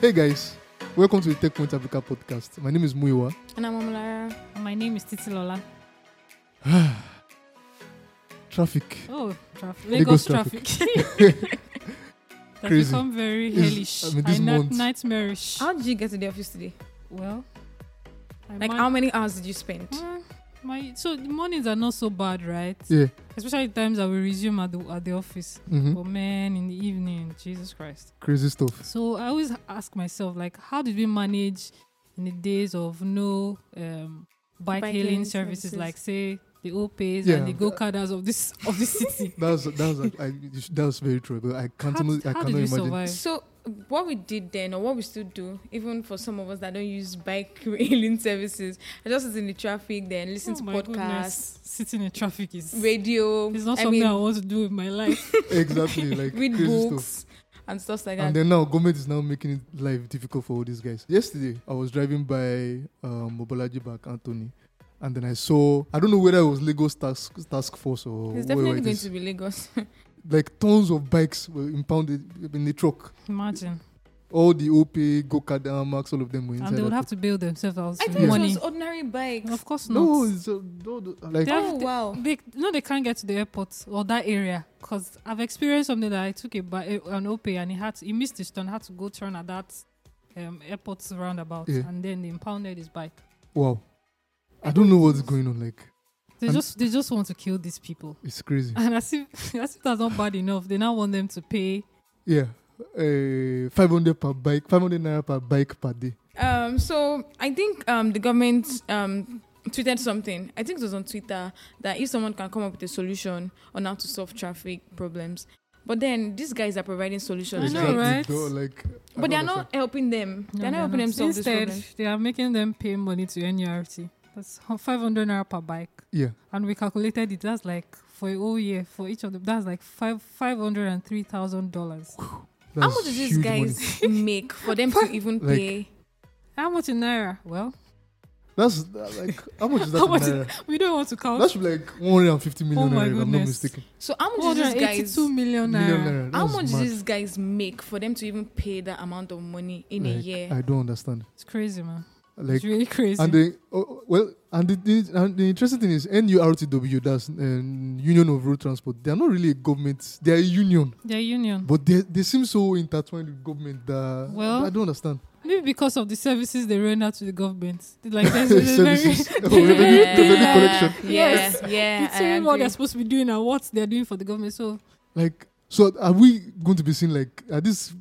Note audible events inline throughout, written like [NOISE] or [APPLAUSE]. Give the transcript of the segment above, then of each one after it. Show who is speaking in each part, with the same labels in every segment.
Speaker 1: Hey guys, welcome to the Tech Point Africa podcast. My name is Muiwa.
Speaker 2: And I'm Omolara.
Speaker 3: And my name is Titilola.
Speaker 1: Traffic.
Speaker 3: Oh, traffic.
Speaker 1: Lagos
Speaker 3: Lagos,
Speaker 1: traffic.
Speaker 3: traffic.
Speaker 1: [LAUGHS]
Speaker 3: [LAUGHS] That's
Speaker 1: Crazy.
Speaker 3: become very
Speaker 1: This-
Speaker 3: hellish.
Speaker 1: I mean, this
Speaker 3: and na-
Speaker 1: month-
Speaker 3: nightmarish.
Speaker 2: How did you get to the office today?
Speaker 3: well, I
Speaker 2: Like,
Speaker 3: mon-
Speaker 2: how many hours did you spend?
Speaker 3: Mm, my so the mornings are not so bad, right?
Speaker 1: Yeah.
Speaker 3: Especially times I will resume at the at the office.
Speaker 1: hmm
Speaker 3: But man, in the evening, Jesus Christ.
Speaker 1: Crazy stuff.
Speaker 3: So I always ask myself, like, how did we manage in the days of no um, bike,
Speaker 2: Bike hailing
Speaker 3: hailing services,
Speaker 2: services.
Speaker 3: like say the Opes
Speaker 1: Yeah.
Speaker 3: and the go karters of this of this [LAUGHS] city?
Speaker 1: That's that's I, you should- that's very true. But I can't.
Speaker 3: how,
Speaker 1: I
Speaker 3: how
Speaker 1: cannot
Speaker 3: did we
Speaker 1: imagine.
Speaker 3: survive?
Speaker 2: So, what we did then, or what we still do, even for some of us that don't use bike [LAUGHS] hailing services, I just sit in the traffic, then listen to
Speaker 3: Oh my
Speaker 2: podcasts,
Speaker 3: goodness, Sitting in traffic is
Speaker 2: radio.
Speaker 3: it's not
Speaker 2: I
Speaker 3: something
Speaker 2: mean,
Speaker 3: I want to do with my
Speaker 2: [LAUGHS]
Speaker 3: life.
Speaker 1: Exactly. Like
Speaker 2: read
Speaker 1: crazy
Speaker 2: books
Speaker 1: stuff.
Speaker 2: and stuff like
Speaker 1: And
Speaker 2: that.
Speaker 1: then now government is now making it life difficult for all these guys. Yesterday I was driving by um, Mobolaji Back Anthony, and then I saw I don't know whether it was Lagos Task Task Force or whoever
Speaker 2: It's definitely
Speaker 1: it
Speaker 2: going
Speaker 1: is.
Speaker 2: to be Lagos.
Speaker 1: like tons of bikes were impounded in the truck.
Speaker 3: Imagine.
Speaker 1: All the OP, Gokada, Max, all of them were inside.
Speaker 3: and they would
Speaker 1: that
Speaker 3: have to bail themselves out.
Speaker 2: I [LAUGHS]
Speaker 3: with
Speaker 2: thought
Speaker 1: Yeah.
Speaker 2: it
Speaker 3: money.
Speaker 2: was ordinary bikes.
Speaker 3: Of course not.
Speaker 1: No, it's, uh, no, no, like
Speaker 3: They
Speaker 2: Oh,
Speaker 3: have-
Speaker 2: wow.
Speaker 3: They no, they can't get to the airport or that area because I've experienced something that I took a bi- a- an OP and he had to, he missed his turn, had to go turn at that um, airport roundabout,
Speaker 1: Yeah.
Speaker 3: and then they impounded his bike.
Speaker 1: wow. I don't know what's going on. Like
Speaker 3: They
Speaker 1: And-
Speaker 3: just they just want to kill these people,
Speaker 1: it's crazy.
Speaker 3: and as if [LAUGHS] as if that's not bad enough, they now want them to pay.
Speaker 1: Yeah, uh, five hundred per bike, five hundred naira per bike per day.
Speaker 2: Um, so I think um, the government um, tweeted something. I think it was on Twitter that if someone can come up with a solution on how to solve traffic problems, but then these guys are providing solutions,
Speaker 3: I know,
Speaker 1: Exactly,
Speaker 2: right?
Speaker 3: right?
Speaker 1: though, like, I
Speaker 2: But they are
Speaker 1: don't
Speaker 2: not helping them.
Speaker 3: No,
Speaker 2: they are not
Speaker 3: they're
Speaker 2: helping
Speaker 3: not.
Speaker 2: them solve this
Speaker 3: Instead,
Speaker 2: problem.
Speaker 3: they are making them pay money to NURT. That's ho- 500 naira per bike.
Speaker 1: understand.
Speaker 3: and we calculated it. That's like for a whole year for each of them. That's like five five hundred and three thousand dollars.
Speaker 1: Yeah, that's
Speaker 2: How much do these
Speaker 1: huge money.
Speaker 2: guys [LAUGHS] make for them to even
Speaker 1: Like,
Speaker 2: pay?
Speaker 3: How much in naira? Well,
Speaker 1: That's uh, like how much
Speaker 2: [LAUGHS]
Speaker 1: is that?
Speaker 3: How
Speaker 1: in
Speaker 3: much is-
Speaker 1: naira?
Speaker 3: we don't want to count.
Speaker 1: that should be like one hundred and fifty million.
Speaker 3: Oh my
Speaker 1: naira, if I'm not
Speaker 3: goodness.
Speaker 1: mistaken.
Speaker 2: So how much do these guys?
Speaker 3: 182 million
Speaker 1: Million
Speaker 3: naira.
Speaker 1: naira.
Speaker 2: How
Speaker 1: That's
Speaker 2: much do
Speaker 1: mad.
Speaker 2: these guys make for them to even pay that amount of money in a
Speaker 1: Like,
Speaker 2: year?
Speaker 1: I [LAUGHS] don't understand.
Speaker 3: It's crazy, man.
Speaker 1: Like
Speaker 3: it's really crazy.
Speaker 1: And the oh, well, and the, the and the interesting thing is NURTW, that's um, Union of Road Transport. They are not really a government; they are a union,
Speaker 3: Their union,
Speaker 1: but they they seem so intertwined with government that
Speaker 3: Well,
Speaker 1: I don't understand.
Speaker 3: maybe because of the services they render to the government. Like
Speaker 1: [LAUGHS]
Speaker 3: there's a very
Speaker 1: Services. Oh, revenue-
Speaker 3: Yeah. [LAUGHS]
Speaker 1: revenue collection.
Speaker 2: yeah,
Speaker 3: Yes.
Speaker 2: yeah. I
Speaker 3: considering what
Speaker 2: agree.
Speaker 3: they're supposed to be doing and what they're doing for the government. So
Speaker 1: Like, so are we going to be seeing like are these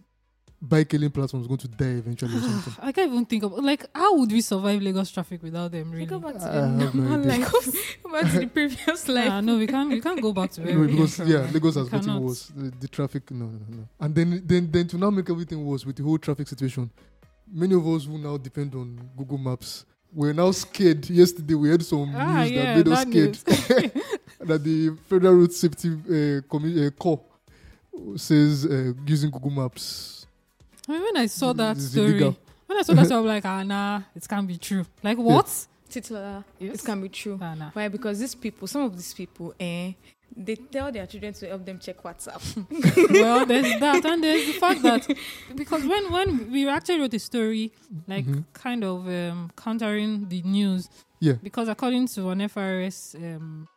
Speaker 1: bike hailing platforms going to die eventually or
Speaker 3: [SIGHS]
Speaker 1: something?
Speaker 3: I can't even think of like how would we survive Lagos traffic without them? Really?
Speaker 2: Go back to
Speaker 1: I
Speaker 2: the
Speaker 1: have no
Speaker 2: [LAUGHS] normal
Speaker 1: idea.
Speaker 2: life. Go back to the
Speaker 3: [LAUGHS]
Speaker 2: previous life.
Speaker 3: Nah, no, we can't. We
Speaker 2: [LAUGHS]
Speaker 3: can't go back
Speaker 1: [LAUGHS]
Speaker 3: to where
Speaker 1: No,
Speaker 3: we
Speaker 1: because
Speaker 3: came from,
Speaker 1: yeah,
Speaker 3: man.
Speaker 1: Lagos
Speaker 3: We
Speaker 1: has gotten
Speaker 3: cannot.
Speaker 1: worse. The, the traffic, no, no, no. And then then then to now make everything worse with the whole traffic situation, many of us who now depend on Google Maps. We're now scared. Yesterday we had some
Speaker 3: Ah,
Speaker 1: news
Speaker 3: yeah,
Speaker 1: that made us
Speaker 3: that
Speaker 1: scared.
Speaker 3: news.
Speaker 1: [LAUGHS]
Speaker 3: [LAUGHS]
Speaker 1: that the Federal Road Safety uh, Commi- uh, Corps says uh, using Google Maps.
Speaker 3: I mean, when I saw that
Speaker 1: It's
Speaker 3: story,
Speaker 1: illegal.
Speaker 3: when I saw
Speaker 1: [LAUGHS]
Speaker 3: that story, I'm like, ah, nah, it can't be true. Like, what?
Speaker 2: Titular.
Speaker 3: Yes.
Speaker 2: It can be true.
Speaker 3: Ah, nah. [LAUGHS]
Speaker 2: Why? Because these people, some of these people, eh, they tell their children to help them check WhatsApp.
Speaker 3: well, there's that, and there's the fact that because when when we actually wrote a story, like
Speaker 1: Mhm.
Speaker 3: kind of um, countering the news,
Speaker 1: Yeah.
Speaker 3: because according to an FRS um,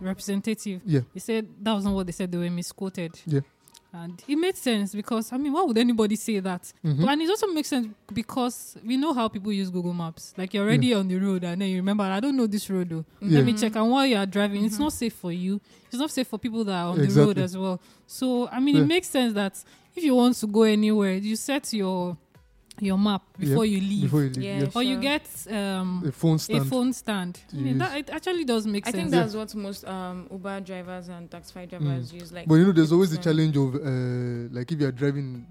Speaker 3: representative,
Speaker 1: Yeah.
Speaker 3: he said that wasn't what they said; they were misquoted.
Speaker 1: Yeah.
Speaker 3: And it made sense because I mean, why would anybody say that?
Speaker 1: Mhm.
Speaker 3: But- and it also makes sense because we know how people use Google Maps. Like you're already on the road and then you remember, I don't know this road though.
Speaker 1: Yeah.
Speaker 3: Let me check. And while you are driving,
Speaker 2: Mm-hmm.
Speaker 3: it's not safe for you. It's not safe for people that are on the road
Speaker 1: Exactly.
Speaker 3: as well. So I mean,
Speaker 1: Yeah.
Speaker 3: it makes sense that if you want to go anywhere, you set your your map before you leave,
Speaker 1: Before you leave,
Speaker 2: Yeah,
Speaker 1: yeah.
Speaker 3: or you
Speaker 2: Sure.
Speaker 3: get um,
Speaker 1: a phone
Speaker 3: a
Speaker 1: stand.
Speaker 3: phone stand. I
Speaker 1: You
Speaker 3: mean, that it actually does make
Speaker 2: I think
Speaker 3: sense.
Speaker 2: that's what most um, Uber drivers and taxi drivers use. Like,
Speaker 1: Hmm.
Speaker 2: um,
Speaker 1: But you know, there's always the
Speaker 2: Yeah.
Speaker 1: challenge of uh, like if you are driving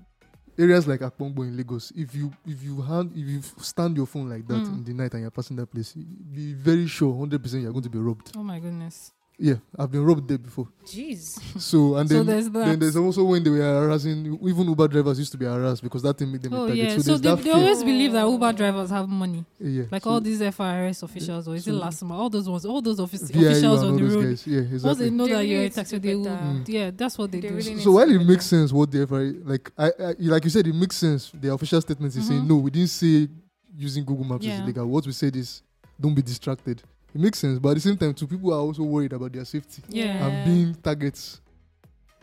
Speaker 1: areas like Akpongbo in Lagos, if you if you hand if you stand your phone like that
Speaker 3: Mm.
Speaker 1: in the night and you're passing that place, be very sure, hundred percent, you're going to be robbed.
Speaker 3: oh my goodness.
Speaker 1: Yeah, I've been robbed there
Speaker 3: [LAUGHS]
Speaker 1: before.
Speaker 2: Jeez.
Speaker 1: So and
Speaker 3: So
Speaker 1: then
Speaker 3: there's that.
Speaker 1: then there's also when they were harassing even Uber drivers used to be harassed because that thing made them a
Speaker 3: Oh
Speaker 1: target.
Speaker 3: yeah,
Speaker 1: So,
Speaker 3: so
Speaker 1: there's
Speaker 3: they,
Speaker 1: that
Speaker 3: they
Speaker 1: fear.
Speaker 3: always believe that Uber drivers have money,
Speaker 1: yeah.
Speaker 3: like
Speaker 1: so
Speaker 3: all these FIRS officials or is it
Speaker 1: so-
Speaker 3: Lasma, all those ones, all those office,
Speaker 1: VIU and
Speaker 3: officials
Speaker 1: all
Speaker 3: on the
Speaker 1: those
Speaker 3: road.
Speaker 1: guys. Yeah,
Speaker 3: Once
Speaker 1: exactly.
Speaker 3: they know
Speaker 2: They
Speaker 3: that you're
Speaker 2: really
Speaker 3: a taxi,
Speaker 2: need to
Speaker 3: they
Speaker 2: do
Speaker 3: will.
Speaker 2: better.
Speaker 1: Mm.
Speaker 3: Yeah, that's what they,
Speaker 2: They
Speaker 3: do.
Speaker 2: really need
Speaker 1: So
Speaker 2: to
Speaker 1: while
Speaker 2: do
Speaker 1: it
Speaker 2: better.
Speaker 1: makes sense what the FRA, like I, I like you said, it makes sense. The official statement is saying
Speaker 3: Mhm.
Speaker 1: no, we didn't say using Google Maps is
Speaker 3: Yeah.
Speaker 1: illegal. What we said is don't be distracted. It makes sense, but at the same time, too, people are also worried about their safety
Speaker 3: Yeah.
Speaker 1: and being targets.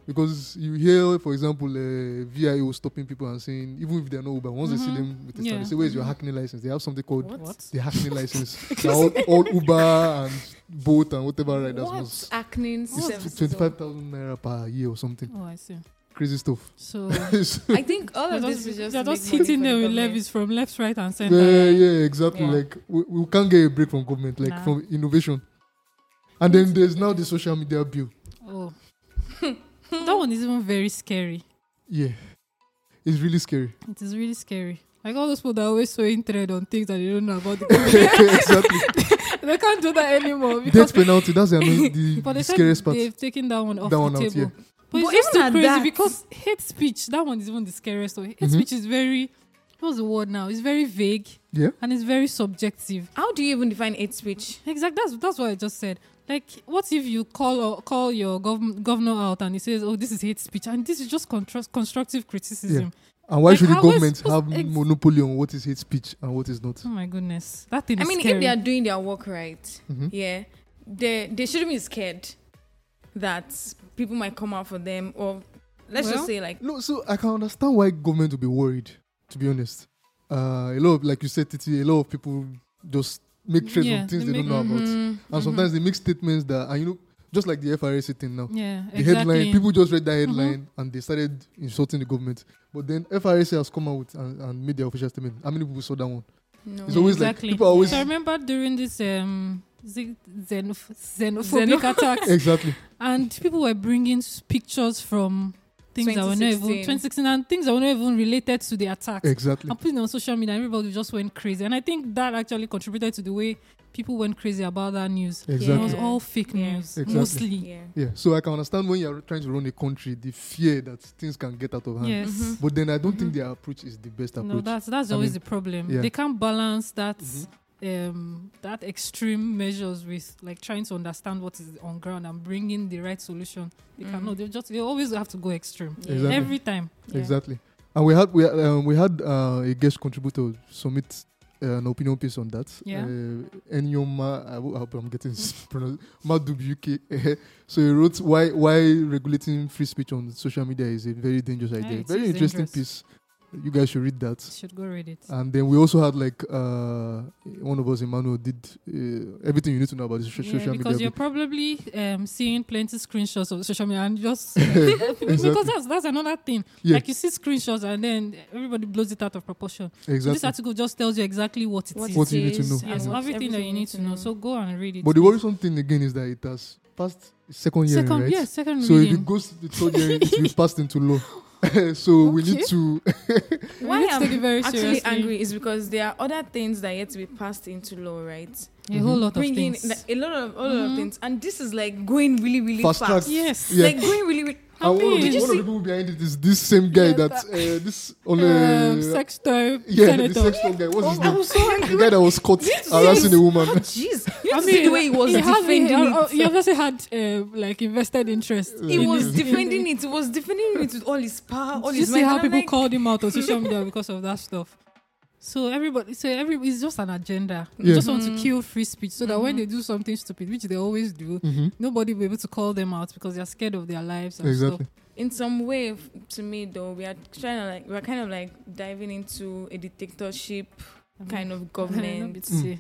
Speaker 1: Because you hear, for example, uh, VIO stopping people and saying, even if they're not Uber, once they see
Speaker 3: Mhm.
Speaker 1: them with a stand,
Speaker 3: Yeah.
Speaker 1: they say, Where's your Hackney license? They have something called
Speaker 2: What?
Speaker 3: What?
Speaker 1: the Hackney license.
Speaker 2: [LAUGHS]
Speaker 1: They're all, all Uber and Bolt and whatever riders
Speaker 2: What
Speaker 1: must.
Speaker 2: acne
Speaker 1: It's
Speaker 2: services?
Speaker 1: 25,000 naira per year or something.
Speaker 3: Oh, I see.
Speaker 1: Crazy stuff.
Speaker 3: [LAUGHS] So
Speaker 1: So-
Speaker 2: I think all
Speaker 3: they're
Speaker 2: of this
Speaker 3: just,
Speaker 2: is just
Speaker 3: they're
Speaker 2: to make
Speaker 3: just
Speaker 2: money
Speaker 3: hitting
Speaker 2: for
Speaker 3: them
Speaker 2: the
Speaker 3: with
Speaker 2: government.
Speaker 3: levies from left, right, and center.
Speaker 1: yeah, yeah, exactly.
Speaker 2: Yeah.
Speaker 1: Like we, we can't get a break from government, like
Speaker 3: Nah.
Speaker 1: from innovation. And then there's now
Speaker 3: [LAUGHS]
Speaker 1: the social media bill.
Speaker 3: Oh, [LAUGHS] that one is even very scary.
Speaker 1: Yeah, it's really scary.
Speaker 3: It is really scary. Like all those people that are always sewing thread on things that [LAUGHS] they don't know about. The government. [LAUGHS]
Speaker 1: [LAUGHS] exactly.
Speaker 3: they can't do that anymore because
Speaker 1: Death penalty. That's the, anno- the,
Speaker 3: [LAUGHS] but
Speaker 1: the
Speaker 3: they said
Speaker 1: scariest part.
Speaker 3: they've taken that one off
Speaker 1: That
Speaker 3: the
Speaker 1: one out,
Speaker 3: table.
Speaker 1: yeah.
Speaker 3: But it's
Speaker 2: But
Speaker 3: just
Speaker 2: even
Speaker 3: too
Speaker 2: at
Speaker 3: crazy
Speaker 2: that-
Speaker 3: because hate speech. That one is even the scariest one. Hate
Speaker 1: Mhm.
Speaker 3: speech is very. What's the word now? It's very vague
Speaker 1: Yeah.
Speaker 3: and it's very subjective.
Speaker 2: How do you even define hate speech?
Speaker 3: Exactly. That's that's what I just said. Like, what if you call or call your gov- governor out and he says, "Oh, this is hate speech," and this is just constru- constructive criticism.
Speaker 1: And why
Speaker 3: Like,
Speaker 1: should the
Speaker 3: how we're
Speaker 1: government
Speaker 3: supposed-
Speaker 1: have
Speaker 3: ex-
Speaker 1: monopoly on what is hate speech and what is not?
Speaker 3: Oh my goodness, that thing.
Speaker 2: I
Speaker 3: is
Speaker 2: mean,
Speaker 3: scary.
Speaker 2: if they are doing their work right,
Speaker 1: Mhm.
Speaker 2: yeah, they they shouldn't be scared that people might come out for them or let's
Speaker 3: Well-
Speaker 2: just say like
Speaker 1: No, so I can understand why government would be worried. To be honest, uh, a lot of like you said, Titi, a lot of people just make trades
Speaker 3: Yeah,
Speaker 1: on things
Speaker 3: they
Speaker 1: they,
Speaker 3: make-
Speaker 1: don't
Speaker 3: Mm-hmm.
Speaker 1: know about, and
Speaker 2: Mhm, mhm.
Speaker 1: sometimes they make statements that, and you know, just like the FRA sitting now.
Speaker 3: yeah,
Speaker 1: the
Speaker 3: exactly. Mm-hmm.
Speaker 1: headline people just read that headline and they started insulting the government but then FRC has come out with and, and made their official statement how many people saw
Speaker 3: [LAUGHS]
Speaker 1: that one
Speaker 2: no.
Speaker 1: it's always
Speaker 3: Exactly.
Speaker 1: like people are always
Speaker 3: So I remember during this um xenoph- xenophobic
Speaker 1: [LAUGHS]
Speaker 3: attacks,
Speaker 1: exactly
Speaker 3: and people were bringing s- pictures from things that were not even
Speaker 2: 2016.
Speaker 3: 2016 and things that were not even related to the attacks.
Speaker 1: exactly
Speaker 3: And putting it on social media, everybody just went crazy, and I think that actually contributed to the way people went crazy about that news. It
Speaker 1: exactly
Speaker 3: was
Speaker 2: Yeah.
Speaker 3: all fake
Speaker 2: Yeah.
Speaker 3: news,
Speaker 1: Exactly.
Speaker 3: mostly.
Speaker 2: yeah.
Speaker 1: yeah. so I can understand when you're trying to run a country the fear that things can get out of hand
Speaker 3: Yes. Mm-hmm.
Speaker 2: Mhm.
Speaker 1: but then I don't think their approach is the best
Speaker 3: No,
Speaker 1: approach
Speaker 3: that's that's
Speaker 1: I
Speaker 3: always
Speaker 1: mean,
Speaker 3: the problem.
Speaker 1: yeah. Mm-hmm.
Speaker 3: They can't balance that um, that extreme measures with like trying to understand what is on ground and bringing the right solution. They
Speaker 2: Mhm.
Speaker 3: cannot. They just they always have to go extreme
Speaker 2: Yeah.
Speaker 1: Exactly.
Speaker 3: every time.
Speaker 2: Yeah.
Speaker 1: exactly and we had we had, um, we had uh, a guest contributor submit uh, an opinion piece on that
Speaker 3: Yeah.
Speaker 1: uh, Enyoma I wo- I hope I'm getting [LAUGHS] this pronounced Madub UK [LAUGHS] so he wrote why why regulating free speech on social media is a very dangerous idea
Speaker 3: it
Speaker 1: very
Speaker 3: is
Speaker 1: interesting
Speaker 3: dangerous.
Speaker 1: piece you guys should read that
Speaker 3: Should go read it.
Speaker 1: and then we also had like uh, one of us Emmanuel did uh, everything you need to know about the so-
Speaker 3: Yeah,
Speaker 1: social
Speaker 3: because
Speaker 1: media
Speaker 3: you're
Speaker 1: bit.
Speaker 3: probably um, seeing plenty screenshots of social media and just
Speaker 1: [LAUGHS] Exactly.
Speaker 3: [LAUGHS] because that's that's another thing.
Speaker 1: yeah
Speaker 3: Like you see screenshots and then everybody blows it out of proportion. So this
Speaker 1: exactly
Speaker 3: article just tells you exactly what it is.
Speaker 1: What you need to know.
Speaker 3: and
Speaker 1: Yes, what-
Speaker 3: everything, that you need to know. So go and read it.
Speaker 1: but the worrisome thing again is that it has passed second year
Speaker 3: second,
Speaker 1: right
Speaker 3: yes, second
Speaker 1: So if
Speaker 3: reading.
Speaker 1: it goes to the third year, it will
Speaker 3: [LAUGHS]
Speaker 1: be passed into law. [LAUGHS] so we need
Speaker 3: Okay.
Speaker 1: to.
Speaker 3: We
Speaker 2: Why
Speaker 3: need to
Speaker 2: I'm
Speaker 3: take it very
Speaker 2: actually
Speaker 3: seriously.
Speaker 2: angry is because there are other things that yet to be passed into law, right?
Speaker 3: a whole
Speaker 1: Mhm.
Speaker 3: lot of
Speaker 2: Bringing
Speaker 3: things.
Speaker 2: like, a lot of a lot
Speaker 3: Mhm.
Speaker 2: of things, and this is like going really really
Speaker 1: Fast
Speaker 2: fast.
Speaker 1: track.
Speaker 3: yes.
Speaker 1: Yeah.
Speaker 2: Like going really. really
Speaker 1: and one of,
Speaker 3: Did
Speaker 1: the,
Speaker 3: you
Speaker 1: one of the people behind it is this same guy
Speaker 3: Yeah,
Speaker 1: that
Speaker 3: that-
Speaker 1: uh, this on a
Speaker 3: Um, sex toy
Speaker 1: uh, yeah the
Speaker 3: senator. Oh,
Speaker 1: sex top guy. What's his
Speaker 2: I
Speaker 1: name?
Speaker 2: was oh,
Speaker 1: [LAUGHS]
Speaker 2: so
Speaker 1: The
Speaker 2: angry.
Speaker 1: guy that was caught
Speaker 2: Yes,
Speaker 1: harassing
Speaker 2: yes.
Speaker 1: a woman. [LAUGHS]
Speaker 2: Oh, Jeez, you have to see the way he was
Speaker 3: he has- he-
Speaker 2: defending
Speaker 3: oh, oh,
Speaker 2: it.
Speaker 3: He obviously had uh, like invested interest.
Speaker 1: He
Speaker 2: He
Speaker 3: in
Speaker 2: was
Speaker 3: [LAUGHS] his-
Speaker 2: defending it. He was defending it with all his power, all
Speaker 3: Mm. Did you
Speaker 2: his
Speaker 3: see
Speaker 2: might.
Speaker 3: how
Speaker 2: And I'm
Speaker 3: people
Speaker 2: like,
Speaker 3: called him out [LAUGHS] on social media because of that stuff? So everybody, so every it's just an agenda. They
Speaker 1: Yeah.
Speaker 3: just want to kill free speech, so that when they do something stupid, which they always do,
Speaker 1: Mhm.
Speaker 3: nobody will be able to call them out because they're scared of their lives. And
Speaker 1: Exactly.
Speaker 3: Stuff.
Speaker 2: In some way, f- to me though, we are trying to like we are kind of like diving into a dictatorship kind
Speaker 3: [LAUGHS]
Speaker 2: of government.
Speaker 1: Mm.
Speaker 3: It's, uh,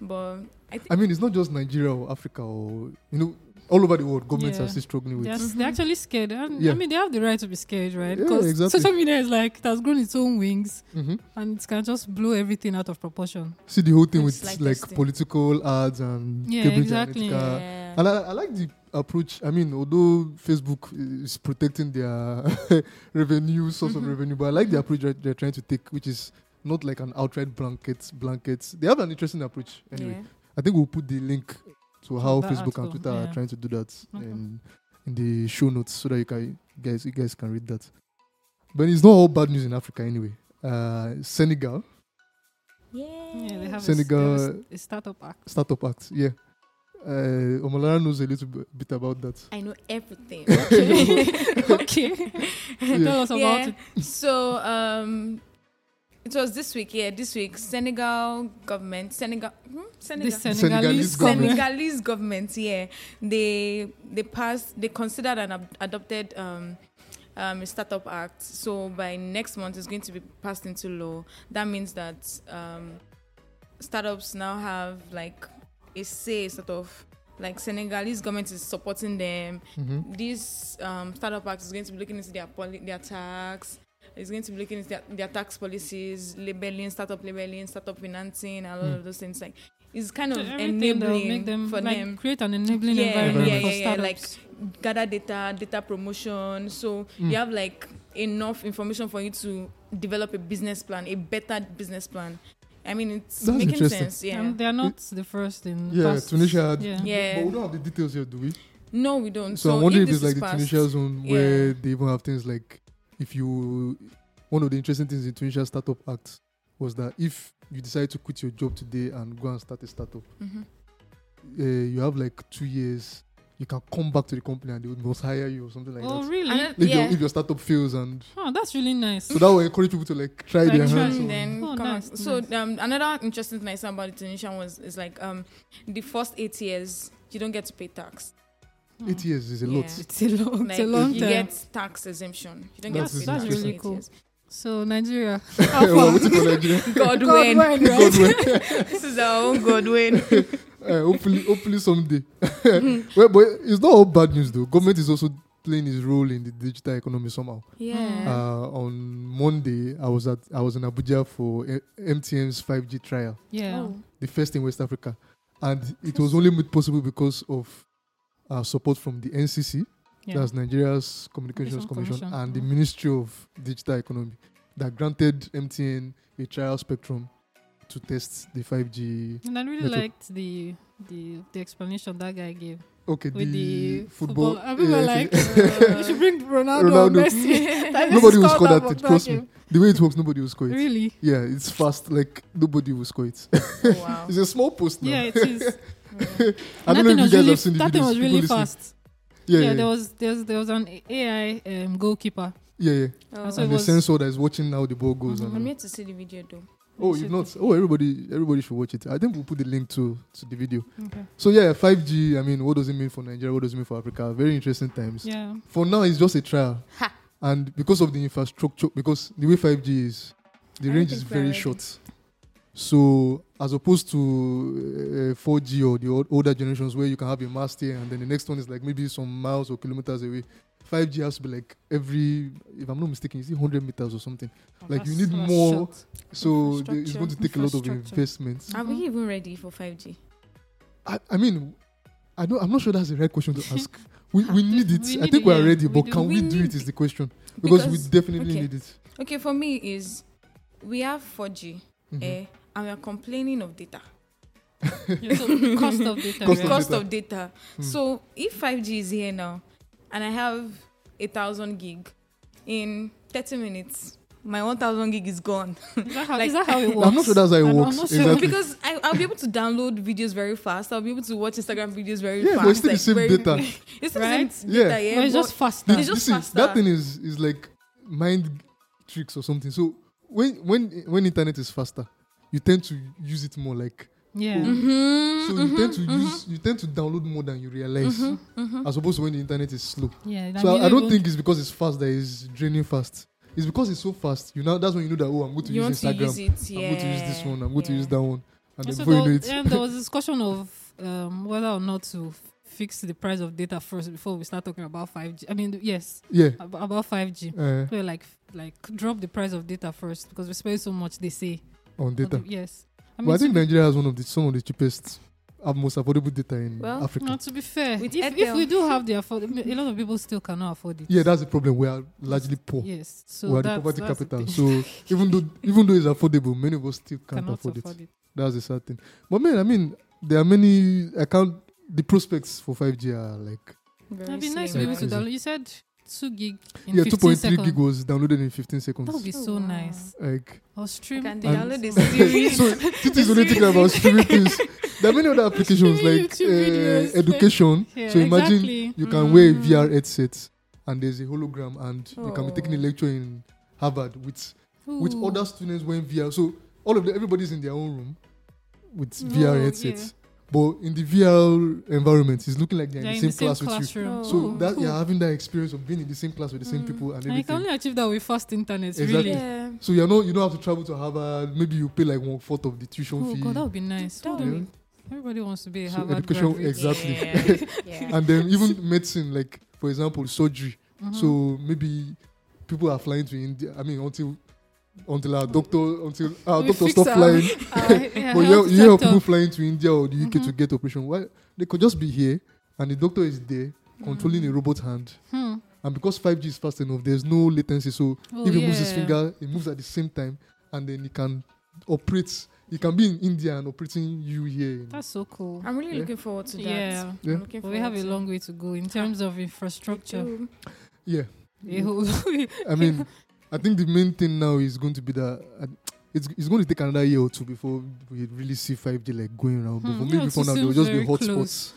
Speaker 2: But I think
Speaker 1: I mean, it's not just Nigeria or Africa or you know all over the world. Governments
Speaker 3: Yeah.
Speaker 1: are still struggling with.
Speaker 3: They're, s-
Speaker 2: Mhm.
Speaker 3: they're actually scared. And
Speaker 1: Yeah.
Speaker 3: I mean, they have the right to be scared, right?
Speaker 1: Yeah,
Speaker 3: Because
Speaker 1: exactly.
Speaker 3: social media is like, it has grown its own wings
Speaker 1: Mhm.
Speaker 3: and it can just blow everything out of proportion.
Speaker 1: See the whole thing
Speaker 2: It's
Speaker 1: with
Speaker 2: like
Speaker 1: like
Speaker 2: this thing.
Speaker 1: political ads and
Speaker 3: Yeah,
Speaker 1: Cambridge
Speaker 3: exactly.
Speaker 1: Analytica.
Speaker 2: yeah.
Speaker 1: And Uh, I, I like the approach. I mean, although Facebook is protecting their [LAUGHS] revenue source of
Speaker 2: Mhm.
Speaker 1: revenue, but I like the approach that they're trying to take, which is not like an outright blanket blanket. They have an interesting approach. Anyway,
Speaker 2: yeah.
Speaker 1: I think we'll put the link So how
Speaker 3: that
Speaker 1: Facebook
Speaker 3: article,
Speaker 1: and Twitter
Speaker 3: yeah.
Speaker 1: are trying to do that in, in the show notes so that you can guys you guys can read that. But it's not all bad news in Africa anyway. Uh, Senegal
Speaker 3: Yeah, they have
Speaker 1: Senegal-
Speaker 3: a, s- they have a s- a startup act.
Speaker 1: startup act, yeah. Uh, Omolara knows a little b- bit about that.
Speaker 2: I know everything.
Speaker 1: [LAUGHS]
Speaker 2: [LAUGHS]
Speaker 3: okay. Tell us about
Speaker 2: yeah.
Speaker 3: it.
Speaker 2: so um, it was this week. Yeah, this week Senegal government, Senegal, hmm? Senegal.
Speaker 3: The Senegalese,
Speaker 1: Senegalese
Speaker 3: government.
Speaker 1: government.
Speaker 2: Senegalese government, yeah, they they passed, they considered and ab- adopted um, um, a startup act. So by next month, it's going to be passed into law. That means that um, startups now have like a say, sort of like Senegalese government is supporting them.
Speaker 1: Mhm.
Speaker 2: This um, startup act is going to be looking into their poli- their tax. It's going to be looking into their, their tax policies, labeling, startup labeling, startup financing, and all
Speaker 1: Mm.
Speaker 2: of those things. Like it's kind
Speaker 3: Hmm. So
Speaker 2: of
Speaker 3: everything that will
Speaker 2: enabling
Speaker 3: make them
Speaker 2: for
Speaker 3: like,
Speaker 2: them
Speaker 3: create an enabling
Speaker 2: Yeah,
Speaker 3: environment
Speaker 1: yeah,
Speaker 3: for
Speaker 2: yeah, yeah, like-
Speaker 3: startups. Hmm.
Speaker 2: gather data, data promotion. So
Speaker 1: Mm.
Speaker 2: you have like enough information for you to develop a business plan, a better business plan. I mean, it's
Speaker 1: That's
Speaker 2: making
Speaker 1: interesting.
Speaker 2: sense. Yeah.
Speaker 3: And Um, they are not the first in
Speaker 1: Yeah,
Speaker 3: past-
Speaker 1: Tunisia had-
Speaker 3: Yeah.
Speaker 2: yeah.
Speaker 1: But we don't have the details here, do we?
Speaker 2: No, we don't.
Speaker 1: So,
Speaker 2: So,
Speaker 1: I'm wondering
Speaker 2: if
Speaker 1: if
Speaker 2: this
Speaker 1: it's like
Speaker 2: is
Speaker 1: the Tunisia
Speaker 2: passed,
Speaker 1: zone where
Speaker 2: Yeah.
Speaker 1: they even have things like if you one of the interesting things in Tunisia Startup Act was that if you decide to quit your job today and go and start a startup,
Speaker 2: Mhm.
Speaker 1: uh, you have like two years. You can come back to the company and they would must hire you or something like
Speaker 3: Oh,
Speaker 1: that.
Speaker 3: really?
Speaker 2: And then-
Speaker 1: If,
Speaker 2: yeah.
Speaker 1: your, if your startup fails and
Speaker 3: oh, that's really nice.
Speaker 1: so that will encourage people to like try
Speaker 3: Like
Speaker 1: their
Speaker 3: try
Speaker 1: hands.
Speaker 2: Mm,
Speaker 1: on-
Speaker 2: then
Speaker 3: Oh,
Speaker 2: come on.
Speaker 3: nice,
Speaker 2: so
Speaker 3: nice.
Speaker 2: um, another interesting thing I saw about the Tunisian was is like um, the first eight years you don't get to pay tax.
Speaker 3: Hmm.
Speaker 1: Eight years is a lot.
Speaker 3: [LAUGHS]
Speaker 2: Yeah.
Speaker 3: It's a long,
Speaker 2: Like
Speaker 3: it's a long
Speaker 2: you
Speaker 3: time.
Speaker 2: get tax exemption. You don't
Speaker 1: That's
Speaker 2: get to
Speaker 1: interesting.
Speaker 2: pay tax
Speaker 1: That's
Speaker 2: for
Speaker 3: really
Speaker 2: eight
Speaker 3: cool. [LAUGHS]
Speaker 2: years.
Speaker 3: So Nigeria,
Speaker 1: [LAUGHS]
Speaker 3: Oh,
Speaker 1: well, what's it
Speaker 3: [LAUGHS]
Speaker 1: called, Nigeria?
Speaker 2: God,
Speaker 3: God
Speaker 1: [LAUGHS]
Speaker 2: win.
Speaker 3: win, right?
Speaker 1: God,
Speaker 2: [LAUGHS] this is our own God win.
Speaker 1: well, uh, hopefully, hopefully someday. [LAUGHS] well, but it's not all bad news though. Government is also playing its role in the digital economy somehow.
Speaker 2: Yeah.
Speaker 1: Uh, on Monday, I was at I was in Abuja for M- MTN's 5G trial,
Speaker 3: yeah,
Speaker 2: Oh.
Speaker 1: the first in West Africa, and it was only made possible because of uh, support from the NCC,
Speaker 3: yeah.
Speaker 1: that's Nigeria's Communications
Speaker 3: Communication
Speaker 1: Commission,
Speaker 3: Commission,
Speaker 1: and the
Speaker 3: mm.
Speaker 1: Ministry of Digital Economy, that granted MTN a trial spectrum to test the 5G.
Speaker 3: and I really
Speaker 1: Little-
Speaker 3: liked the the the explanation that guy gave
Speaker 1: Okay,
Speaker 3: with the,
Speaker 1: football.
Speaker 3: I remember
Speaker 1: yeah,
Speaker 3: like
Speaker 1: okay.
Speaker 3: [LAUGHS] uh, we should bring Ronaldo,
Speaker 1: Ronaldo.
Speaker 2: [LAUGHS]
Speaker 3: Or Messi. [LAUGHS] Like,
Speaker 1: Nobody
Speaker 3: let's
Speaker 1: will
Speaker 3: call
Speaker 1: score that,
Speaker 3: Bob
Speaker 1: trust me.
Speaker 3: Barker.
Speaker 1: the way it works, nobody will score it.
Speaker 3: Really?
Speaker 1: Yeah, it's fast. Like nobody will score it. [LAUGHS]
Speaker 2: Oh, wow.
Speaker 1: it's a small post now. [LAUGHS]
Speaker 3: Yeah, it is.
Speaker 1: I
Speaker 3: That
Speaker 1: don't know if
Speaker 3: thing
Speaker 1: you guys
Speaker 3: was really,
Speaker 1: have seen the
Speaker 3: that thing
Speaker 1: videos.
Speaker 3: was
Speaker 1: People
Speaker 3: really
Speaker 1: listening.
Speaker 3: fast.
Speaker 1: Yeah, yeah, yeah.
Speaker 3: there was there was, there was an AI um, goalkeeper.
Speaker 1: yeah, yeah.
Speaker 2: Oh.
Speaker 3: So it
Speaker 1: And the
Speaker 3: was-
Speaker 1: sensor that is watching how the ball goes.
Speaker 3: Mhm.
Speaker 1: and-
Speaker 2: I'm yet to see the video though.
Speaker 1: oh, you've not. Oh, everybody, everybody should watch it. I think we'll put the link to to the video.
Speaker 3: Okay.
Speaker 1: So yeah, 5G. I mean, what does it mean for Nigeria? What does it mean for Africa? Very interesting times.
Speaker 3: Yeah.
Speaker 1: For now, it's just a trial,
Speaker 2: Ha.
Speaker 1: and because of the infrastructure, because the way 5G is, the
Speaker 2: I
Speaker 1: range
Speaker 2: think
Speaker 1: is
Speaker 2: we're
Speaker 1: very
Speaker 2: ready.
Speaker 1: short. So as opposed to uh, 4G or the old, older generations where you can have a mast here and then the next one is like maybe some miles or kilometers away. 5G has to be like every, if I'm not mistaken, is it 100 meters or something? Like, you need
Speaker 3: That's
Speaker 1: more-
Speaker 3: short.
Speaker 1: So the- it's going to take a lot of
Speaker 3: Infrastructure.
Speaker 1: investments.
Speaker 2: Are
Speaker 3: Uh-huh.
Speaker 2: we even ready for 5G?
Speaker 1: I, I mean, I don't, I'm not sure that's the right question
Speaker 3: [LAUGHS]
Speaker 1: to ask. We, we need it.
Speaker 3: We
Speaker 1: I
Speaker 3: need
Speaker 1: think
Speaker 3: it,
Speaker 1: we are
Speaker 3: yeah.
Speaker 1: ready,
Speaker 3: We
Speaker 1: but
Speaker 3: do.
Speaker 1: can we,
Speaker 2: We
Speaker 1: do it
Speaker 2: need-
Speaker 1: is the question. Because,
Speaker 2: Because-
Speaker 1: we definitely
Speaker 2: okay.
Speaker 1: need it.
Speaker 2: Okay, for me is we have 4G,
Speaker 1: Mhm.
Speaker 2: eh, and we are complaining of data,
Speaker 3: Yeah, [LAUGHS] so cost of data.
Speaker 1: Cost
Speaker 3: yeah.
Speaker 1: of
Speaker 2: cost
Speaker 1: data.
Speaker 2: of data.
Speaker 1: Hmm.
Speaker 2: So if 5G is here now, and I have a thousand gig in 30 minutes, my 1,000 gig
Speaker 1: [LAUGHS]
Speaker 2: is gone
Speaker 3: Is that how,
Speaker 2: Like-
Speaker 3: is that how it works?
Speaker 1: Oh, I'm not sure that's how it
Speaker 3: I'm not
Speaker 1: works.
Speaker 3: sure.
Speaker 1: Exactly.
Speaker 2: because I, I'll be able to download videos very fast. I'll be able to watch Instagram videos very
Speaker 1: Yeah,
Speaker 2: fast.
Speaker 1: but it's still the same
Speaker 2: very-
Speaker 1: data.
Speaker 2: [LAUGHS] It's still
Speaker 3: Right?
Speaker 2: the same data.
Speaker 1: Yeah.
Speaker 2: Yeah,
Speaker 3: But it's
Speaker 2: but-
Speaker 3: just faster.
Speaker 1: Th-
Speaker 2: It's just
Speaker 1: this is, that
Speaker 2: faster.
Speaker 1: thing is is like mind tricks or something. So when when when internet is faster, you tend to use it more. Like
Speaker 3: yeah.
Speaker 2: Mhm,
Speaker 1: so, you
Speaker 2: mhm,
Speaker 1: tend to
Speaker 2: mhm.
Speaker 1: use you tend to download more than you realize,
Speaker 2: Mm-hmm.
Speaker 1: as opposed to when the internet is slow.
Speaker 3: Yeah. that
Speaker 1: so
Speaker 3: means
Speaker 1: I, I don't
Speaker 3: even-
Speaker 1: think it's because it's fast that it's draining fast. It's because it's so fast. You know that's when you know that oh I'm going to
Speaker 2: you want
Speaker 1: use Instagram.
Speaker 2: to use it.
Speaker 1: I'm
Speaker 2: Yeah.
Speaker 1: going to use this one. I'm going to
Speaker 2: yeah.
Speaker 1: use that one. And then
Speaker 3: So
Speaker 1: before you know
Speaker 3: there,
Speaker 1: it,
Speaker 3: yeah,
Speaker 1: [LAUGHS]
Speaker 3: there was discussion of um, whether or not to f- fix the price of data first before we start talking about 5G. I mean, yes,
Speaker 1: yeah.
Speaker 3: ab- about 5G.
Speaker 1: Uh,
Speaker 3: So like, like drop the price of data first because we spend so much. They say
Speaker 1: uh, on data,
Speaker 3: Yes. I
Speaker 1: but I
Speaker 3: to
Speaker 1: think
Speaker 3: be-
Speaker 1: Nigeria has one of the some of the cheapest, uh, most affordable data in
Speaker 2: Well,
Speaker 1: Africa.
Speaker 3: no, to be fair,
Speaker 2: With
Speaker 3: if, if
Speaker 2: Airtel.
Speaker 3: we do have the afford, a lot of people still cannot afford it.
Speaker 1: Yeah, that's the problem. We are largely poor.
Speaker 3: Yes. So
Speaker 1: we are the
Speaker 3: that's,
Speaker 1: poverty
Speaker 3: that's the
Speaker 1: capital.
Speaker 3: thing.
Speaker 1: So even though even though it's affordable, many of us still can't
Speaker 3: [LAUGHS] cannot
Speaker 1: afford,
Speaker 3: afford,
Speaker 1: it.
Speaker 3: it.
Speaker 1: That's the sad thing. But man, I mean, there are many. I can't the prospects for 5G are like
Speaker 2: Very
Speaker 3: That'd be nice to
Speaker 2: slim.
Speaker 3: be able to
Speaker 1: Right.
Speaker 3: download. You said two gig in
Speaker 1: yeah,
Speaker 3: 15
Speaker 1: 2.3
Speaker 3: seconds.
Speaker 1: gig was downloaded in 15
Speaker 3: That would
Speaker 1: seconds.
Speaker 3: be
Speaker 2: Oh,
Speaker 3: so
Speaker 2: wow.
Speaker 3: nice.
Speaker 1: Like
Speaker 3: Or
Speaker 2: You
Speaker 3: stream.
Speaker 2: can
Speaker 3: things.
Speaker 2: download
Speaker 3: [LAUGHS]
Speaker 2: a series.
Speaker 1: [LAUGHS] so, Titi is only thinking about streaming things. There are many other applications
Speaker 3: Streaming
Speaker 1: like
Speaker 3: YouTube videos,
Speaker 1: uh,
Speaker 3: like-
Speaker 1: education.
Speaker 3: Yeah,
Speaker 1: so imagine
Speaker 3: exactly.
Speaker 1: you can wear a
Speaker 2: Mhm.
Speaker 1: VR headset and there's a hologram and you can be taking a
Speaker 2: Oh.
Speaker 1: lecture in Harvard with with
Speaker 3: Ooh.
Speaker 1: other students wearing VR. So all of the, everybody's in their own room with
Speaker 3: Oh,
Speaker 1: VR
Speaker 3: yeah.
Speaker 1: headsets. But in the VR environment, it's looking like they're
Speaker 3: They're
Speaker 1: in the same class with you.
Speaker 3: classroom.
Speaker 2: Oh,
Speaker 1: So that
Speaker 3: cool.
Speaker 1: you're having that experience of being in the same class with the same
Speaker 2: Mm.
Speaker 1: people and
Speaker 3: And you can
Speaker 1: everything.
Speaker 3: only achieve that with fast internet,
Speaker 1: Exactly.
Speaker 3: really.
Speaker 2: Yeah.
Speaker 1: So you know you don't have to travel to Harvard. Maybe you pay like one fourth of the tuition
Speaker 3: Oh
Speaker 1: fee.
Speaker 3: god, that would be nice.
Speaker 2: That
Speaker 3: Hold
Speaker 1: would
Speaker 3: on.
Speaker 1: be-
Speaker 3: Everybody wants to be a
Speaker 1: So
Speaker 3: Harvard
Speaker 1: education-
Speaker 3: graduate.
Speaker 1: Exactly. [LAUGHS]
Speaker 2: Yeah.
Speaker 1: and then even medicine, like for example, surgery.
Speaker 3: Mhm.
Speaker 1: So maybe people are flying to India. I mean, until until our doctor until our
Speaker 3: We
Speaker 1: doctor
Speaker 3: fix
Speaker 1: stop
Speaker 3: our- [LAUGHS]
Speaker 1: flying.
Speaker 2: Oh,
Speaker 3: our, yeah,
Speaker 1: But you have,
Speaker 3: health
Speaker 1: you have
Speaker 3: sector.
Speaker 1: people flying to India or the UK to
Speaker 3: Mhm.
Speaker 1: get operation. Why they could just be here and the doctor is there
Speaker 3: Mm-hmm.
Speaker 1: controlling a robot hand.
Speaker 3: Hmm.
Speaker 1: And because 5G is fast enough, there's no latency. So
Speaker 3: Oh,
Speaker 1: if he moves his
Speaker 3: yeah.
Speaker 1: finger, it moves at the same time, and then he can operate. He can be in India and operating you here. in-
Speaker 3: That's so cool.
Speaker 2: I'm really
Speaker 1: Yeah.
Speaker 2: looking forward to that.
Speaker 3: Yeah.
Speaker 1: Yeah.
Speaker 2: I'm looking
Speaker 3: But we have
Speaker 2: forward
Speaker 3: a
Speaker 2: to
Speaker 3: long way to go in terms of
Speaker 2: it
Speaker 3: [LAUGHS] infrastructure.
Speaker 2: too.
Speaker 1: yeah.
Speaker 3: A whole-
Speaker 1: I mean, I think the main thing now is going to be that uh, it's, it's going to take another year or two before we really see 5G like going around. But
Speaker 3: Hmm,
Speaker 1: for
Speaker 3: yeah,
Speaker 1: me,
Speaker 3: it
Speaker 1: before now,
Speaker 3: seems
Speaker 1: there will just be
Speaker 3: very
Speaker 1: [LAUGHS] hotspots.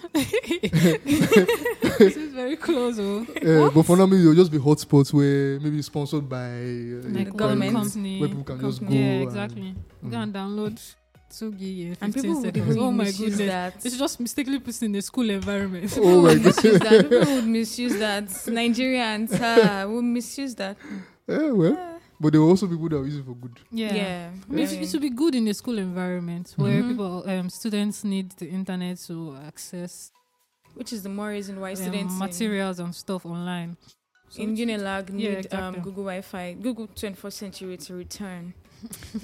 Speaker 3: this is very close. Oh.
Speaker 1: Uh, but for now, maybe there will just be hotspots where maybe sponsored by uh,
Speaker 2: Like
Speaker 1: by-
Speaker 2: government.
Speaker 3: company.
Speaker 1: where people can just go.
Speaker 3: yeah,
Speaker 1: and- mm.
Speaker 3: exactly. You can download two gig in 15
Speaker 2: And people would
Speaker 3: seconds.
Speaker 2: really
Speaker 3: oh my
Speaker 2: misuse
Speaker 3: goodness.
Speaker 2: that.
Speaker 3: It's just mistakenly put in the school environment.
Speaker 1: Oh my
Speaker 2: People would misuse
Speaker 1: God. [LAUGHS]
Speaker 2: that. People would misuse that. Nigerians uh, would misuse that.
Speaker 1: Eh, well,
Speaker 2: Yeah.
Speaker 1: but there will also be people that will use it for good.
Speaker 3: Yeah.
Speaker 2: [LAUGHS] Yeah.
Speaker 3: I mean, It
Speaker 2: very.
Speaker 3: should be good in a school environment
Speaker 1: Mm-hmm.
Speaker 3: where
Speaker 2: Mhm.
Speaker 3: people, um, students need the internet to access
Speaker 2: Which is the more reason why
Speaker 3: um,
Speaker 2: students in-
Speaker 3: materials and stuff online. So
Speaker 2: in
Speaker 3: it-
Speaker 2: Unilag need
Speaker 3: Yeah,
Speaker 2: um,
Speaker 3: exactly.
Speaker 2: Google Wi-Fi, Google 21st century to
Speaker 3: [LAUGHS]
Speaker 2: return.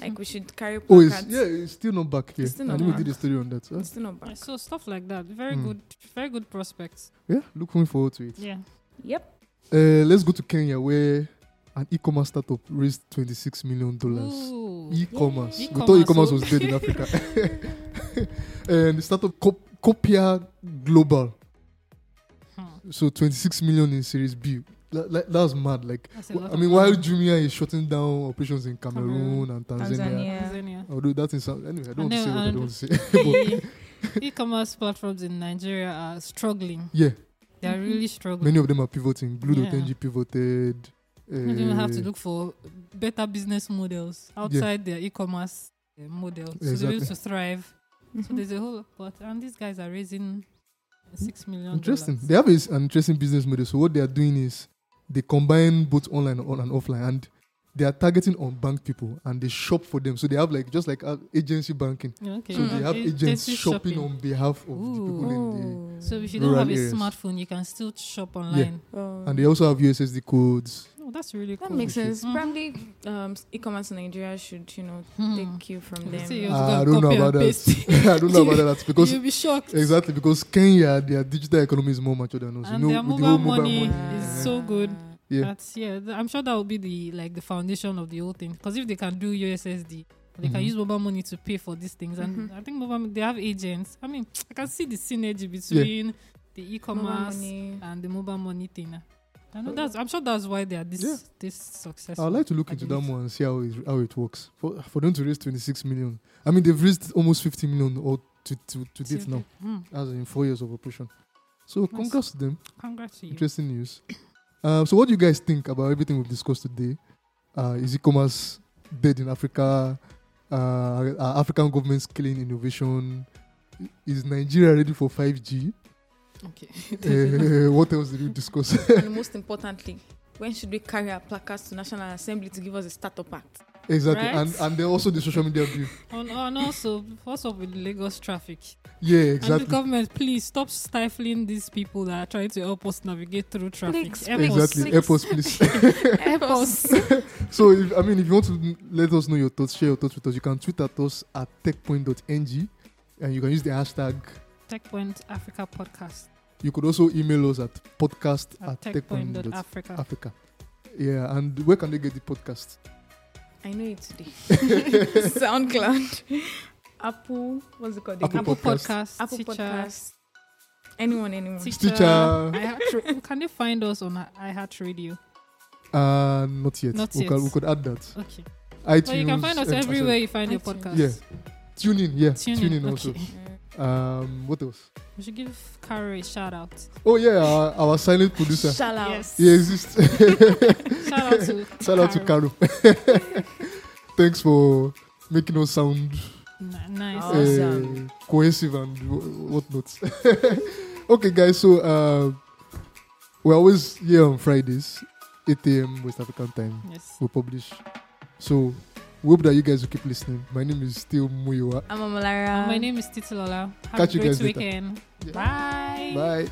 Speaker 2: like we should carry
Speaker 1: Oh, it's,
Speaker 2: placards.
Speaker 1: yeah, it's still not back here.
Speaker 2: It's still
Speaker 1: I
Speaker 2: not
Speaker 1: think we
Speaker 2: back.
Speaker 1: did a story on that. huh?
Speaker 2: It's still not back.
Speaker 3: So stuff like that. Very
Speaker 1: Mm.
Speaker 3: good, very good prospects.
Speaker 1: yeah, looking forward to it.
Speaker 3: Yeah.
Speaker 2: Yep.
Speaker 1: Uh, let's go to Kenya where an e-commerce startup raised 26 million dollars.
Speaker 3: Ooh.
Speaker 1: E-commerce.
Speaker 3: Yay.
Speaker 1: We thought
Speaker 3: E-commerce,
Speaker 1: e-commerce
Speaker 3: oh.
Speaker 1: was
Speaker 3: [LAUGHS]
Speaker 1: dead in Africa. [LAUGHS] and the startup Cop- Copia Global.
Speaker 3: Hmm.
Speaker 1: So 26 million in Series B. That, that, that's mad. Like,
Speaker 3: That's a lot
Speaker 1: I
Speaker 3: of
Speaker 1: mean, while
Speaker 3: money.
Speaker 1: Jumia is shutting down operations in Cameroon,
Speaker 3: Cameroon,
Speaker 1: and Tanzania.
Speaker 2: Tanzania. Yeah.
Speaker 3: Tanzania.
Speaker 1: Although that's in some, anyway, I don't want to
Speaker 3: And
Speaker 1: say what I
Speaker 3: then-
Speaker 1: don't want to say. [LAUGHS]
Speaker 3: E- e-commerce platforms in Nigeria are struggling.
Speaker 1: But yeah,
Speaker 3: They are
Speaker 1: Mm-hmm.
Speaker 2: Mhm.
Speaker 3: really struggling.
Speaker 1: many of them are pivoting. Blue.ng
Speaker 3: Yeah.
Speaker 1: pivoted.
Speaker 3: They don't have to
Speaker 1: uh,
Speaker 3: look for better business models outside their e-commerce uh, model to be
Speaker 1: Exactly. Mm-hmm.
Speaker 3: able to thrive. So
Speaker 2: Mhm.
Speaker 3: there's a whole lot, and these guys are raising six million.
Speaker 1: Interesting.
Speaker 3: dollars.
Speaker 1: They have is an interesting business model. So what they are doing is they combine both online and on and offline, and they are targeting unbanked people and they shop for them. So they have like just like uh, agency banking.
Speaker 3: Yeah, Okay.
Speaker 1: So they
Speaker 3: Okay.
Speaker 1: have agents
Speaker 3: Hmm. Agency
Speaker 1: shopping, on behalf of the people in
Speaker 2: Oh.
Speaker 3: So if you don't
Speaker 1: rural
Speaker 3: have a
Speaker 1: areas.
Speaker 3: smartphone, you can still shop online.
Speaker 2: Oh.
Speaker 1: the and they also have USSD codes.
Speaker 3: Oh, that's really
Speaker 2: that
Speaker 3: cool.
Speaker 2: makes sense.
Speaker 3: Mhm.
Speaker 2: Probably um, e-commerce in Nigeria should, you know,
Speaker 3: Hmm.
Speaker 2: take cue from
Speaker 3: You
Speaker 2: them.
Speaker 3: see, you
Speaker 1: Ah,
Speaker 3: have
Speaker 1: I
Speaker 3: to
Speaker 1: don't know
Speaker 3: copy and
Speaker 1: about that.
Speaker 3: paste.
Speaker 1: [LAUGHS] I don't know about that
Speaker 3: [LAUGHS]
Speaker 1: because
Speaker 3: You'll be shocked.
Speaker 1: exactly because Kenya their digital economy is more mature than us.
Speaker 3: And
Speaker 1: you know,
Speaker 3: their
Speaker 1: with the
Speaker 3: mobile
Speaker 1: whole
Speaker 3: money
Speaker 1: mobile money.
Speaker 3: is so good.
Speaker 1: Yeah.
Speaker 3: That's yeah. th- I'm sure that would be the like the foundation of the whole thing. Because if they can do USSD, they can
Speaker 1: Mhm.
Speaker 3: use mobile money to pay for these things, and
Speaker 2: Mhm.
Speaker 3: I think mobile mon- they have agents. I mean, I can see the synergy between the
Speaker 2: Mobile
Speaker 3: e-commerce
Speaker 2: money.
Speaker 3: and the mobile money thing. I know that's. I'm sure that's why they are this
Speaker 1: Uh, Yeah.
Speaker 3: this successful.
Speaker 1: I'd like to look
Speaker 3: I
Speaker 1: into that
Speaker 3: believe.
Speaker 1: more and see how it, how it works. For, for them to raise 26 million, I mean, they've raised almost 50 million or to, to, to date now.
Speaker 3: Hmm.
Speaker 1: as in four years of operation. So congrats to them.
Speaker 3: Congrats to you.
Speaker 1: Interesting news. Um, so what do you guys think about everything we've discussed today? Uh, is e-commerce dead in Africa? Uh, are African governments killing innovation? Is Nigeria ready for 5G?
Speaker 3: Okay.
Speaker 1: Uh, [LAUGHS] what else did we discuss? [LAUGHS]
Speaker 2: and most importantly, when should we carry our placards to National Assembly to give us a startup act?
Speaker 1: exactly.
Speaker 3: Right.
Speaker 1: And and then also the social media view.
Speaker 3: and, Oh, and also, what's up with Lagos traffic?
Speaker 1: Yeah,
Speaker 3: And the
Speaker 1: exactly.
Speaker 3: government, please stop stifling these people that are trying to help us navigate through traffic.
Speaker 2: Please,
Speaker 3: Help us.
Speaker 1: Exactly. Help us, please.
Speaker 2: Help us.
Speaker 1: [LAUGHS] so, if, I mean, if you want to let us know your thoughts, share your thoughts with us, you can tweet at us at techpoint.ng and you can use the hashtag
Speaker 3: TechPoint Africa podcast
Speaker 1: You could also email us at podcast
Speaker 3: at
Speaker 1: at
Speaker 3: techpoint.africa.
Speaker 1: techpoint.africa. Yeah, and where can they get the podcast?
Speaker 2: I know it today. [LAUGHS] SoundCloud, Apple, what's it called?
Speaker 1: Apple
Speaker 3: Apple
Speaker 1: Podcast.
Speaker 3: Podcast,
Speaker 2: Apple
Speaker 3: Teacher,
Speaker 2: Podcast, Anyone, anyone.
Speaker 3: Teacher,
Speaker 1: Teacher.
Speaker 3: iHeartRa- [LAUGHS] can they find us on iHeartRadio?
Speaker 1: Uh, not yet.
Speaker 3: Not
Speaker 1: we,
Speaker 3: yet.
Speaker 1: Could, we could add that.
Speaker 3: Okay.
Speaker 1: iTunes.
Speaker 3: But you can find us
Speaker 1: um, sorry,
Speaker 3: everywhere you find your
Speaker 2: iTunes.
Speaker 3: podcast.
Speaker 1: Yeah. Tune in. Yeah.
Speaker 3: Tune, in.
Speaker 1: also.
Speaker 3: Okay.
Speaker 2: Mm.
Speaker 1: Um, what else?
Speaker 3: We should give Carrie a
Speaker 1: [LAUGHS]
Speaker 3: shout out.
Speaker 1: Oh yeah, our, our silent producer.
Speaker 2: Shall out.
Speaker 3: Yes.
Speaker 1: He
Speaker 3: [LAUGHS]
Speaker 1: exists.
Speaker 3: Shout out to
Speaker 1: Shout out to Caro. [LAUGHS] Thanks for making us sound
Speaker 3: N- nice.
Speaker 1: uh,
Speaker 2: Awesome.
Speaker 1: cohesive and wh- whatnot. [LAUGHS] okay, guys. So uh, we're always here on Fridays, 8 a.m. West African time.
Speaker 3: yes.
Speaker 1: We publish. So we hope that you guys will keep listening. My name is still Muyiwa.
Speaker 2: I'm Amalara.
Speaker 3: My name is Titilola. Have
Speaker 1: Catch
Speaker 3: a
Speaker 1: you
Speaker 3: great
Speaker 1: guys later.
Speaker 3: weekend.
Speaker 1: Yeah.
Speaker 3: Bye.
Speaker 1: Bye.